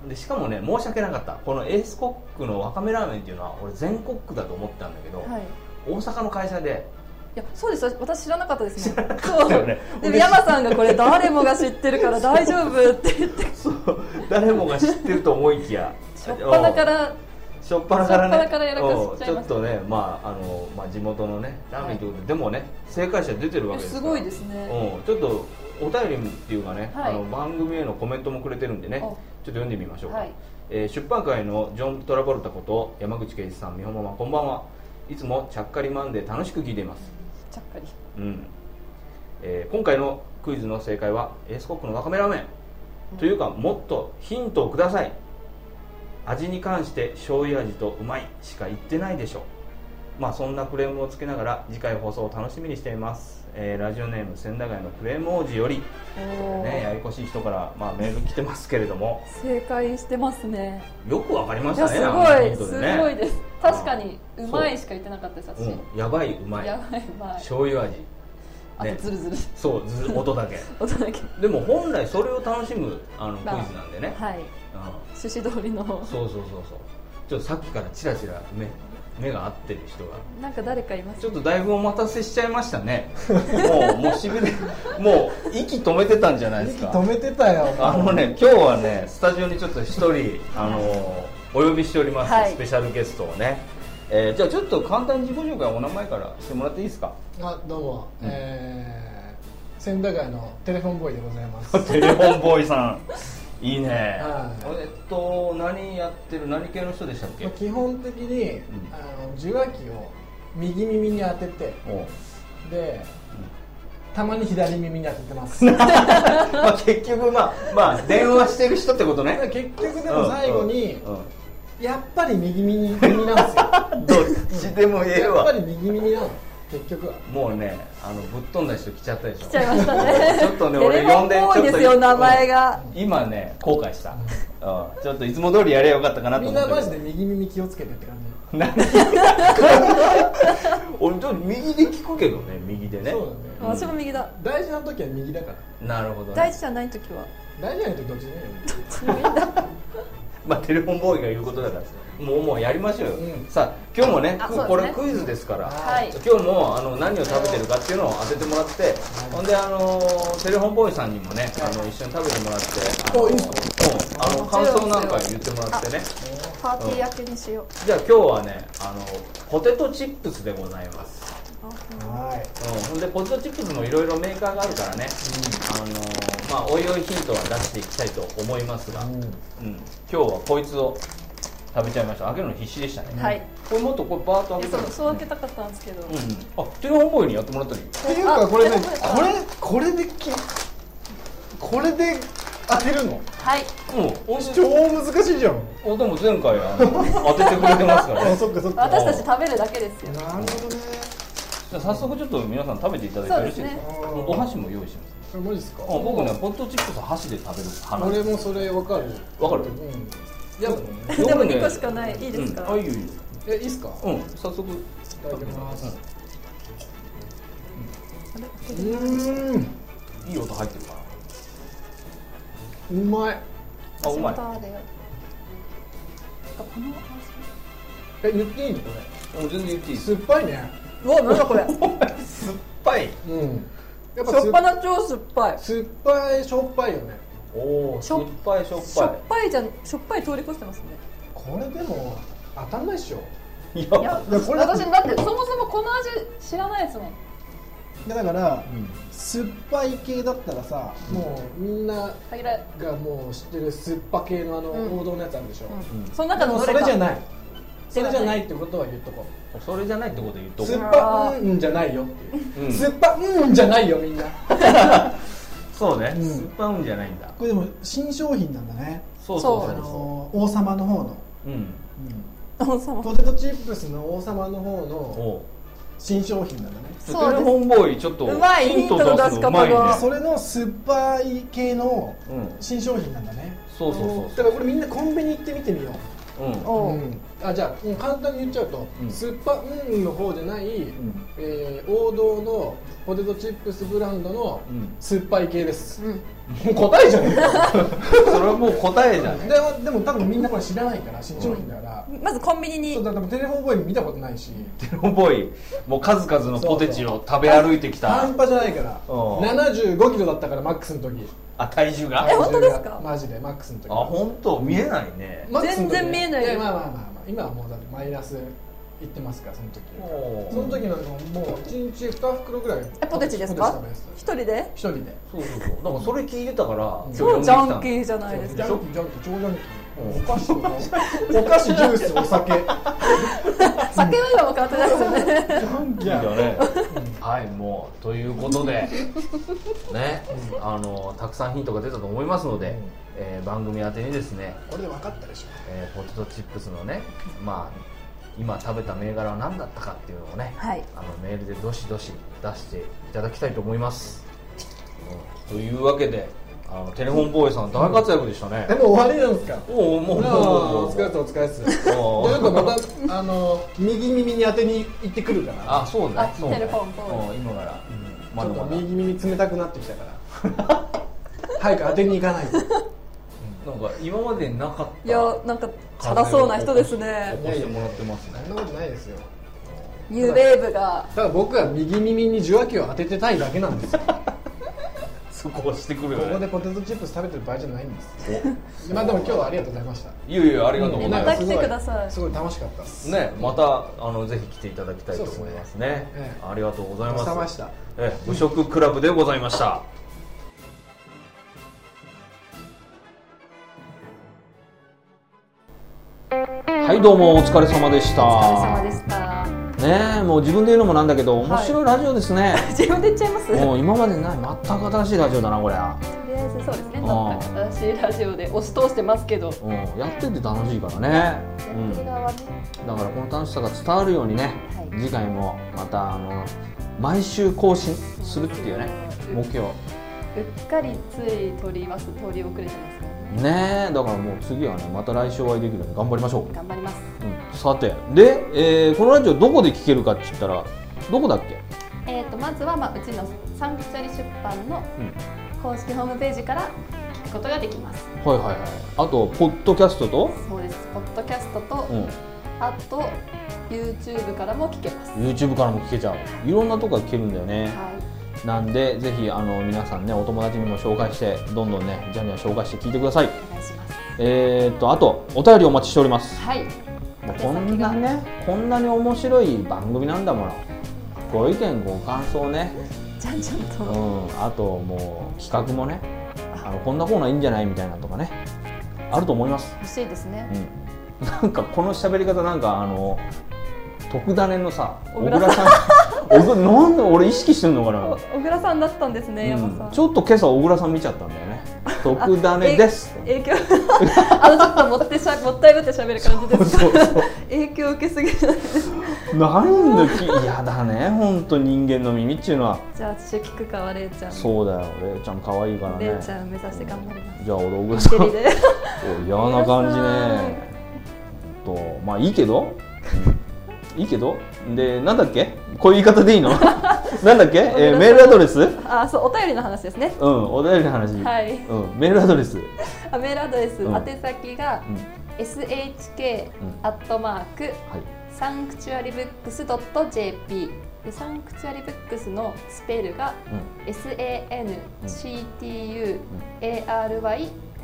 [SPEAKER 1] うん、でしかもね申し訳なかったこのエースコックのわかめラーメンっていうのは俺全国区だと思ってたんだけど、
[SPEAKER 2] はいい
[SPEAKER 1] 大阪の会社で
[SPEAKER 2] やそうです私知らなかったですね
[SPEAKER 1] だよ
[SPEAKER 2] そう
[SPEAKER 1] ね
[SPEAKER 2] でも山さんがこれ誰もが知ってるから大丈夫って言って
[SPEAKER 1] そう誰もが知ってると思いきや
[SPEAKER 2] しょっぱなか
[SPEAKER 1] うん
[SPEAKER 2] ら
[SPEAKER 1] しょっぱなからね
[SPEAKER 2] しょっぱなからやらかしちゃいました
[SPEAKER 1] うんちょっとね、まああのまあ、地元のねラーメンということで、でもね正解者出てるわけです
[SPEAKER 2] す
[SPEAKER 1] から
[SPEAKER 2] ごいですね
[SPEAKER 1] うん、ちょっとお便りっていうかね、
[SPEAKER 2] はい
[SPEAKER 1] あの番組へのコメントもくれてるんでねち
[SPEAKER 2] お
[SPEAKER 1] ょっと読んでみましょうか、
[SPEAKER 2] はい
[SPEAKER 1] えー出版界のジョン・トラボルタこと山口圭一さん美穂ママこんばんはいつもちゃっかりマンデー楽しく聞いています、
[SPEAKER 2] ちゃっかり
[SPEAKER 1] うんえー今回のクイズの正解はエースコックのわかめラーメン、というかもっとヒントをください味に関して醤油味とうまいしか言ってないでしょまあそんなクレームをつけながら次回放送を楽しみにしています、えーラジオネーム千駄ヶ谷のクレーム王子より、
[SPEAKER 2] お
[SPEAKER 1] ね、や
[SPEAKER 2] ー
[SPEAKER 1] やこしい人から、まあ、メール来てますけれども
[SPEAKER 2] 正解してますね
[SPEAKER 1] よくわかりまし
[SPEAKER 2] いや
[SPEAKER 1] た
[SPEAKER 2] す
[SPEAKER 1] ね
[SPEAKER 2] ごい
[SPEAKER 1] あのヒント
[SPEAKER 2] す
[SPEAKER 1] でね
[SPEAKER 2] ごいです確かに
[SPEAKER 1] そう
[SPEAKER 2] うまいしか言ってなかったです私
[SPEAKER 1] うん、やばいうまい
[SPEAKER 2] やばいうまい
[SPEAKER 1] 醤油味
[SPEAKER 2] あ
[SPEAKER 1] ね
[SPEAKER 2] とズルズ ル
[SPEAKER 1] そうず音だけ
[SPEAKER 2] 音だけ
[SPEAKER 1] でも本来それを楽しむあのクイズなんでね、
[SPEAKER 2] はい
[SPEAKER 1] うん
[SPEAKER 2] 趣旨通 りの
[SPEAKER 1] そうそうそうそうちょっとさっきからチラチラ目目が合ってる人が
[SPEAKER 2] なんか誰かいます
[SPEAKER 1] ちょっとだいぶお待たせしちゃいましたねもうもうしびれ もう息止めてたんじゃないです
[SPEAKER 4] 息
[SPEAKER 1] か
[SPEAKER 4] 止めてたよ
[SPEAKER 1] あのね今日はねスタジオにちょっと一人あのお呼びしております、
[SPEAKER 2] はい
[SPEAKER 1] スペシャルゲストをね、えーじゃあちょっと簡単に自己紹介お名前からしてもらっていいですか
[SPEAKER 6] あどうも、
[SPEAKER 1] うん
[SPEAKER 6] えー千駄ヶ谷のテレフォンボーイでございます
[SPEAKER 1] テレフォンボーイさんいいね
[SPEAKER 6] はい
[SPEAKER 1] えっと何やってる何系の人でしたっけ
[SPEAKER 6] まあ基本的に、
[SPEAKER 1] ん
[SPEAKER 6] あの受話器を右耳に当てて
[SPEAKER 1] おう
[SPEAKER 6] で、たまに左耳に当ててます
[SPEAKER 1] まあ結局まあまあ電話してる人ってことね
[SPEAKER 6] 結局でも最後に、
[SPEAKER 1] うんうん
[SPEAKER 6] やっぱり右耳なんですよ
[SPEAKER 1] どっちで も言える
[SPEAKER 6] やっ
[SPEAKER 1] わ
[SPEAKER 6] ぱり右耳なの結局は
[SPEAKER 1] もうねあのぶっ飛んだ人来ちゃったでしょ
[SPEAKER 2] 来ちゃいましたね
[SPEAKER 1] ちょっとね
[SPEAKER 2] テ
[SPEAKER 1] 俺
[SPEAKER 2] レ
[SPEAKER 1] 呼んで
[SPEAKER 2] フォンボーイです
[SPEAKER 1] ちょっ
[SPEAKER 2] よ
[SPEAKER 1] と
[SPEAKER 2] 名前が
[SPEAKER 1] 今ね後悔 した、うん、ちょっといつも通りやればよかったかなと
[SPEAKER 6] みん
[SPEAKER 1] 思っ
[SPEAKER 6] な
[SPEAKER 1] て
[SPEAKER 6] マジで右耳気をつけてって感じ
[SPEAKER 1] 何 俺ちょっと右で聞くけどね右でね
[SPEAKER 6] そうだね
[SPEAKER 1] ん
[SPEAKER 2] 私も右だ
[SPEAKER 6] 大事な時は右だから
[SPEAKER 1] なるほど、
[SPEAKER 2] 大
[SPEAKER 1] ね
[SPEAKER 2] 事じゃない時は
[SPEAKER 6] 大事な時どっちでもいいよね
[SPEAKER 1] まあ、テレフォンボーイが言うことだからもうもうやりましょうよ、
[SPEAKER 6] うん
[SPEAKER 1] さあ今日もね
[SPEAKER 2] あ
[SPEAKER 1] く
[SPEAKER 2] そうですね
[SPEAKER 1] これクイズですから、
[SPEAKER 2] はい
[SPEAKER 1] 今日もあの何を食べてるかっていうのを当ててもらって、ほんであのーテレフォンボーイさんにもね、あの一緒に食べてもらってあの
[SPEAKER 6] おいいんす
[SPEAKER 1] うんあの感想なんか言ってもらってね
[SPEAKER 2] パーティー焼けにしよう
[SPEAKER 1] じゃあ今日はねあのポテトチップスでございます、
[SPEAKER 6] はい
[SPEAKER 1] うん、ほんでポテトチップスもいろいろメーカーがあるからね、あのーまあおいおいヒントは出していきたいと思いますが、うん今日はこいつを食べちゃいました開けるの必死でしたね、
[SPEAKER 2] はい
[SPEAKER 1] これもっとこれバーッと開
[SPEAKER 2] え
[SPEAKER 1] けて
[SPEAKER 2] そうそう開けたかったんですけど、
[SPEAKER 1] うんうん、あテレフォンボーイにやってもらったり
[SPEAKER 6] っていうかこれね
[SPEAKER 2] あ
[SPEAKER 6] これこれできこれで当てるの
[SPEAKER 2] はい
[SPEAKER 1] うんおいし
[SPEAKER 6] 超難しいじゃん
[SPEAKER 1] おでも前回あの当ててくれてますから、
[SPEAKER 6] あ
[SPEAKER 1] ね、
[SPEAKER 6] そっかそっか
[SPEAKER 2] 私たち食べるだけですよ
[SPEAKER 6] なるほどね
[SPEAKER 1] じゃあ早速ちょっと皆さん食べていただいてよろしいですか
[SPEAKER 6] そうですね
[SPEAKER 1] お箸も用意します
[SPEAKER 6] これマジっすか
[SPEAKER 1] あ僕ねポットチップス箸で食べる派なんで
[SPEAKER 6] 俺
[SPEAKER 1] す
[SPEAKER 6] もそれわかる
[SPEAKER 1] わかる
[SPEAKER 6] うん
[SPEAKER 1] いや
[SPEAKER 2] でも2個しかないいいですか、
[SPEAKER 1] うん、あいいよいいよ
[SPEAKER 6] えいいっすか
[SPEAKER 1] うん早速
[SPEAKER 6] いただきます
[SPEAKER 2] あれ開けて
[SPEAKER 6] うーん
[SPEAKER 1] いい音入ってるかな
[SPEAKER 6] うまい
[SPEAKER 1] あうまい
[SPEAKER 2] 私も食べようあこの
[SPEAKER 6] え言っていいのこ
[SPEAKER 1] うん全然言っていい
[SPEAKER 6] れ
[SPEAKER 1] です
[SPEAKER 6] 酸っぱいね
[SPEAKER 2] 味うわなんだこれし
[SPEAKER 1] 酸っぱい
[SPEAKER 6] うんやっ
[SPEAKER 2] ょ
[SPEAKER 6] ぱ
[SPEAKER 2] っぱ
[SPEAKER 6] 酸っ
[SPEAKER 2] な超酸っぱい
[SPEAKER 6] 酸っぱいしょっぱいよね
[SPEAKER 1] おお
[SPEAKER 2] しょ
[SPEAKER 1] 酸っぱいしょっ
[SPEAKER 2] しょ
[SPEAKER 1] ぱ
[SPEAKER 2] っぱいじゃんしょっぱい通り越してますね
[SPEAKER 6] これでも当たんないっしょ
[SPEAKER 1] いい
[SPEAKER 2] いや
[SPEAKER 1] や
[SPEAKER 6] いやこれだっ
[SPEAKER 2] 私
[SPEAKER 6] て
[SPEAKER 2] だってそもそもこの味知らないですもん
[SPEAKER 6] だから
[SPEAKER 1] うん
[SPEAKER 6] 酸っぱい系だったらさもうみんな
[SPEAKER 2] 限られ
[SPEAKER 6] がもう知ってる酸っぱ系のあの
[SPEAKER 2] うん
[SPEAKER 6] 王道のやつあるでしょ、
[SPEAKER 2] うん
[SPEAKER 1] うん
[SPEAKER 2] その
[SPEAKER 6] で
[SPEAKER 2] 中の
[SPEAKER 6] も
[SPEAKER 2] ど
[SPEAKER 6] そ
[SPEAKER 2] れか
[SPEAKER 6] れじゃないそれじゃないってことは言っとこ
[SPEAKER 1] それじゃないってこと言っ
[SPEAKER 6] う
[SPEAKER 1] とこ
[SPEAKER 6] 酸っ
[SPEAKER 2] あ
[SPEAKER 6] ぱ
[SPEAKER 2] ー
[SPEAKER 6] うんじゃないよっていう、
[SPEAKER 1] う、うん、
[SPEAKER 6] 酸っぱうんじゃないよみんなこ
[SPEAKER 1] そうね、
[SPEAKER 6] うん
[SPEAKER 1] 酸っぱうんじゃないんだ
[SPEAKER 6] れでも新商品なんだね
[SPEAKER 1] そうそうそ
[SPEAKER 2] そうう
[SPEAKER 6] あ
[SPEAKER 2] あ
[SPEAKER 1] そ
[SPEAKER 6] の王様の方の、
[SPEAKER 1] ううん
[SPEAKER 2] 王様
[SPEAKER 6] ポテトチップスの王様の方の
[SPEAKER 1] おう
[SPEAKER 6] 新商品なんだね
[SPEAKER 2] そう
[SPEAKER 1] テ
[SPEAKER 2] です
[SPEAKER 1] レフォンボーイちょっと
[SPEAKER 2] うまい
[SPEAKER 1] ヒント出すの
[SPEAKER 2] ヒントの出し方
[SPEAKER 1] うまいね
[SPEAKER 2] が
[SPEAKER 6] それの酸っぱい系の
[SPEAKER 1] うん
[SPEAKER 6] 新商品なんだね
[SPEAKER 1] そうそうそう
[SPEAKER 6] だからこれみんなコンビニ行って見てみよ
[SPEAKER 1] うん
[SPEAKER 2] お
[SPEAKER 6] う、
[SPEAKER 2] う
[SPEAKER 6] うんあじゃあうん簡単に言っちゃうと、
[SPEAKER 1] うん
[SPEAKER 6] 酸っぱうんの方じゃない、
[SPEAKER 1] ん
[SPEAKER 6] えー王道のポテトチップスブランドの
[SPEAKER 1] うん
[SPEAKER 6] 酸っぱい系です、
[SPEAKER 2] うん
[SPEAKER 6] もう答えじゃねえか
[SPEAKER 1] それはもう答えじゃね
[SPEAKER 6] でもでも多分みんなこれ知らないから新商品だから、
[SPEAKER 2] まずコンビニに
[SPEAKER 6] そうだからテレフォンボーイ見たことないし
[SPEAKER 1] テレフォンボーイもう数々のポテチを食べ歩いてきた
[SPEAKER 6] 半端じゃないから
[SPEAKER 1] うん
[SPEAKER 6] 7 5キロだったからマックスの時
[SPEAKER 1] あ体重が
[SPEAKER 2] え
[SPEAKER 1] あ
[SPEAKER 2] 本当ですか
[SPEAKER 6] 体重がマジでマックスの時
[SPEAKER 1] 本当見えないね
[SPEAKER 6] マックスの時ね
[SPEAKER 2] 全然見えない
[SPEAKER 6] やまあまあまあ、まあ、今はもうだってマイナスいってますからその時
[SPEAKER 1] おー
[SPEAKER 6] その時なんかもう1日2袋ぐらい
[SPEAKER 2] えポテチですか
[SPEAKER 6] ポテチ食
[SPEAKER 2] 一人で
[SPEAKER 6] べてた一人で
[SPEAKER 1] そうそうそうだからそれ聞いてたから今日呼
[SPEAKER 2] 超
[SPEAKER 1] んでき
[SPEAKER 2] ジ
[SPEAKER 1] た
[SPEAKER 2] ャ
[SPEAKER 1] の
[SPEAKER 2] ンキーじゃないです
[SPEAKER 6] ジ
[SPEAKER 2] か
[SPEAKER 6] ャンキジャンキ超ジャンキ
[SPEAKER 1] うん
[SPEAKER 6] お菓子とかお菓子ジュースお酒ジ
[SPEAKER 2] 酒は今も変わってないですよね
[SPEAKER 6] ャンキや
[SPEAKER 1] だね、はいもうということでねあのたくさんヒントが出たと思いますので、
[SPEAKER 6] うん
[SPEAKER 1] えー番組宛てにですね、
[SPEAKER 6] これで分かったでしょ
[SPEAKER 1] えーポテトチップスのねまあ今食べた銘柄は何だったかっていうのをね、
[SPEAKER 2] はい
[SPEAKER 1] あのメールでどしどし出していただきたいと思います、うんというわけであのテレフォンボーイさん大活躍でしたね
[SPEAKER 6] で、も終わりなんですか
[SPEAKER 1] おうもうもう
[SPEAKER 6] なあお疲れっすお疲れっすで
[SPEAKER 1] おう
[SPEAKER 6] なんかまたあの右耳に当てに行ってくるから
[SPEAKER 1] あそうだね
[SPEAKER 2] あ
[SPEAKER 1] そうだね
[SPEAKER 2] テレフォンボーイ
[SPEAKER 1] うん今から、まだ
[SPEAKER 6] ちょっと
[SPEAKER 1] まだ
[SPEAKER 6] 右耳冷たくなってきたから早く当てに行かないと
[SPEAKER 1] なんか今までなかった
[SPEAKER 2] いやなんかチャラそうな人ですね
[SPEAKER 1] 起こしてもらってますね
[SPEAKER 6] そんなことないですよ
[SPEAKER 2] ニューベーブが
[SPEAKER 6] ただ僕は右耳に受話器を当ててたいだけなんですよ
[SPEAKER 1] そ
[SPEAKER 6] こ
[SPEAKER 1] こをしてくる
[SPEAKER 6] こ
[SPEAKER 1] よ
[SPEAKER 6] で
[SPEAKER 1] ね
[SPEAKER 6] ポテトチップス食べてる場合じゃないんですまあでも今日はありがとうございました
[SPEAKER 1] いやいやありがとうござい
[SPEAKER 6] な
[SPEAKER 1] ま
[SPEAKER 6] んか
[SPEAKER 1] す
[SPEAKER 6] すご
[SPEAKER 2] また来てください
[SPEAKER 6] すごい楽しかったです
[SPEAKER 1] ねまたあのぜひ来ていただきたいと
[SPEAKER 6] そう
[SPEAKER 1] 思い
[SPEAKER 6] で
[SPEAKER 1] ますすね
[SPEAKER 6] ええ
[SPEAKER 1] ありがとうございます
[SPEAKER 6] ごちそうさまでした
[SPEAKER 1] ええ、無職クラブでございましたはいどうもお疲れ様でした
[SPEAKER 2] お疲れ様でした
[SPEAKER 1] ねえもう自分で言うのもなんだけど面白いラジオですね、
[SPEAKER 2] 自分で言っちゃいますとり
[SPEAKER 1] もう今までない全く新しいラジオだなこれ
[SPEAKER 2] あえずそうですね
[SPEAKER 1] あ
[SPEAKER 2] 全く新しいラジオで押し通してますけど
[SPEAKER 1] うん、やってて楽しいからね、うん、だか
[SPEAKER 2] 側ね
[SPEAKER 1] らこの楽しさが伝わるようにね、
[SPEAKER 2] はい
[SPEAKER 1] 次回もまたあの毎週更新するっていうね目標
[SPEAKER 2] うっかりつい取ります取り遅れてますからね
[SPEAKER 1] ねえだからもう次はねまた来週お会いできるように頑張りましょ
[SPEAKER 2] 頑張ります
[SPEAKER 1] う、うん、さてで、えーこのラジオどこで聴けるかって言ったらどこだっけ、
[SPEAKER 2] えー、とまずは、まあ、うちのサンクチュアリ出版の公式ホームページから聞くことができます
[SPEAKER 1] はいはいはいあとポッドキャストと、
[SPEAKER 2] そうですポッドキャストと、
[SPEAKER 1] うん、
[SPEAKER 2] あと YouTube からも聞けます、
[SPEAKER 1] YouTube からも聴けちゃういろんなとこが聴けるんだよね、
[SPEAKER 2] はい、
[SPEAKER 1] なんでぜひあの皆さんねお友達にも紹介してどんどんねじゃんじゃん紹介して聞いてください
[SPEAKER 2] お願いします
[SPEAKER 1] えー、っとあとお便りお待ちしております
[SPEAKER 2] はい
[SPEAKER 1] もう
[SPEAKER 2] 宛
[SPEAKER 1] こん
[SPEAKER 2] 先
[SPEAKER 1] な
[SPEAKER 2] が
[SPEAKER 1] ねこんなに面白い番組なんだものご意見ご感想ね
[SPEAKER 2] じゃんじゃん
[SPEAKER 1] う
[SPEAKER 2] と
[SPEAKER 1] んあともう企画もねあのこんなコーナーいいんじゃないみたいなのとかねあると思います
[SPEAKER 2] 欲しいですね
[SPEAKER 1] うんなんかこの喋り方なんかあの特ダネのさ
[SPEAKER 2] 小倉
[SPEAKER 1] さん小倉なんで俺意識してんのかな
[SPEAKER 2] お小倉さんだったんですね、
[SPEAKER 1] うん
[SPEAKER 2] 山さん
[SPEAKER 1] ちょっと今朝小倉さん見ちゃったんだよね特ダネです
[SPEAKER 2] 影響あのちょ っと持ってしゃもったいぶって喋る感じです
[SPEAKER 1] そうそ
[SPEAKER 2] 影響受けすぎじゃないですか
[SPEAKER 1] うなんだき嫌だね本当人間の耳っていうのは
[SPEAKER 2] じゃあ私聞くかはれいちゃん
[SPEAKER 1] そうだよレイちゃん可愛いから
[SPEAKER 2] れ
[SPEAKER 1] ね
[SPEAKER 2] いちゃん目指して頑張 ります
[SPEAKER 1] じゃあ俺小倉
[SPEAKER 2] 一
[SPEAKER 1] さん
[SPEAKER 2] 人で
[SPEAKER 1] お嫌な感じ ねとまあいいけどいいけどでなんだっけこういう言い方 でいいのなんだっけ、えーメールアドレスうん
[SPEAKER 2] あそうお便りの話ですね
[SPEAKER 1] お便りの話、
[SPEAKER 2] はい
[SPEAKER 1] うん、メールアドレス
[SPEAKER 2] あメールアドレス、
[SPEAKER 1] うん
[SPEAKER 2] 宛先が、
[SPEAKER 1] うん
[SPEAKER 2] shk アットマーク
[SPEAKER 1] はい
[SPEAKER 2] サンクチュアリブックスドット jp でサンクチュアリブックスのスペルが
[SPEAKER 1] うん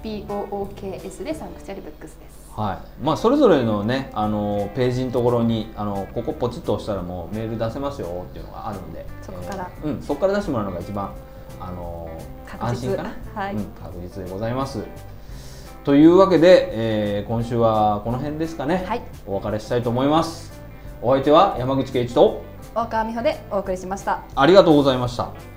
[SPEAKER 2] sanctuarybookс でサンクチュアリブックスです。
[SPEAKER 1] はいまあ、それぞれのねあのページのところにあのここポチッと押したらもうメール出せますよっていうのがあるんで
[SPEAKER 2] そこから
[SPEAKER 1] えーうん、そこから出してもらうのが一番あの
[SPEAKER 2] 確実
[SPEAKER 1] 安心かな、
[SPEAKER 2] はい
[SPEAKER 1] うん、確実でございますというわけで、えー今週はこの辺ですかね、
[SPEAKER 2] はい
[SPEAKER 1] お別れしたいと思いますお相手は山口圭一と
[SPEAKER 2] 大川美穂でお送りしました。
[SPEAKER 1] ありがとうございました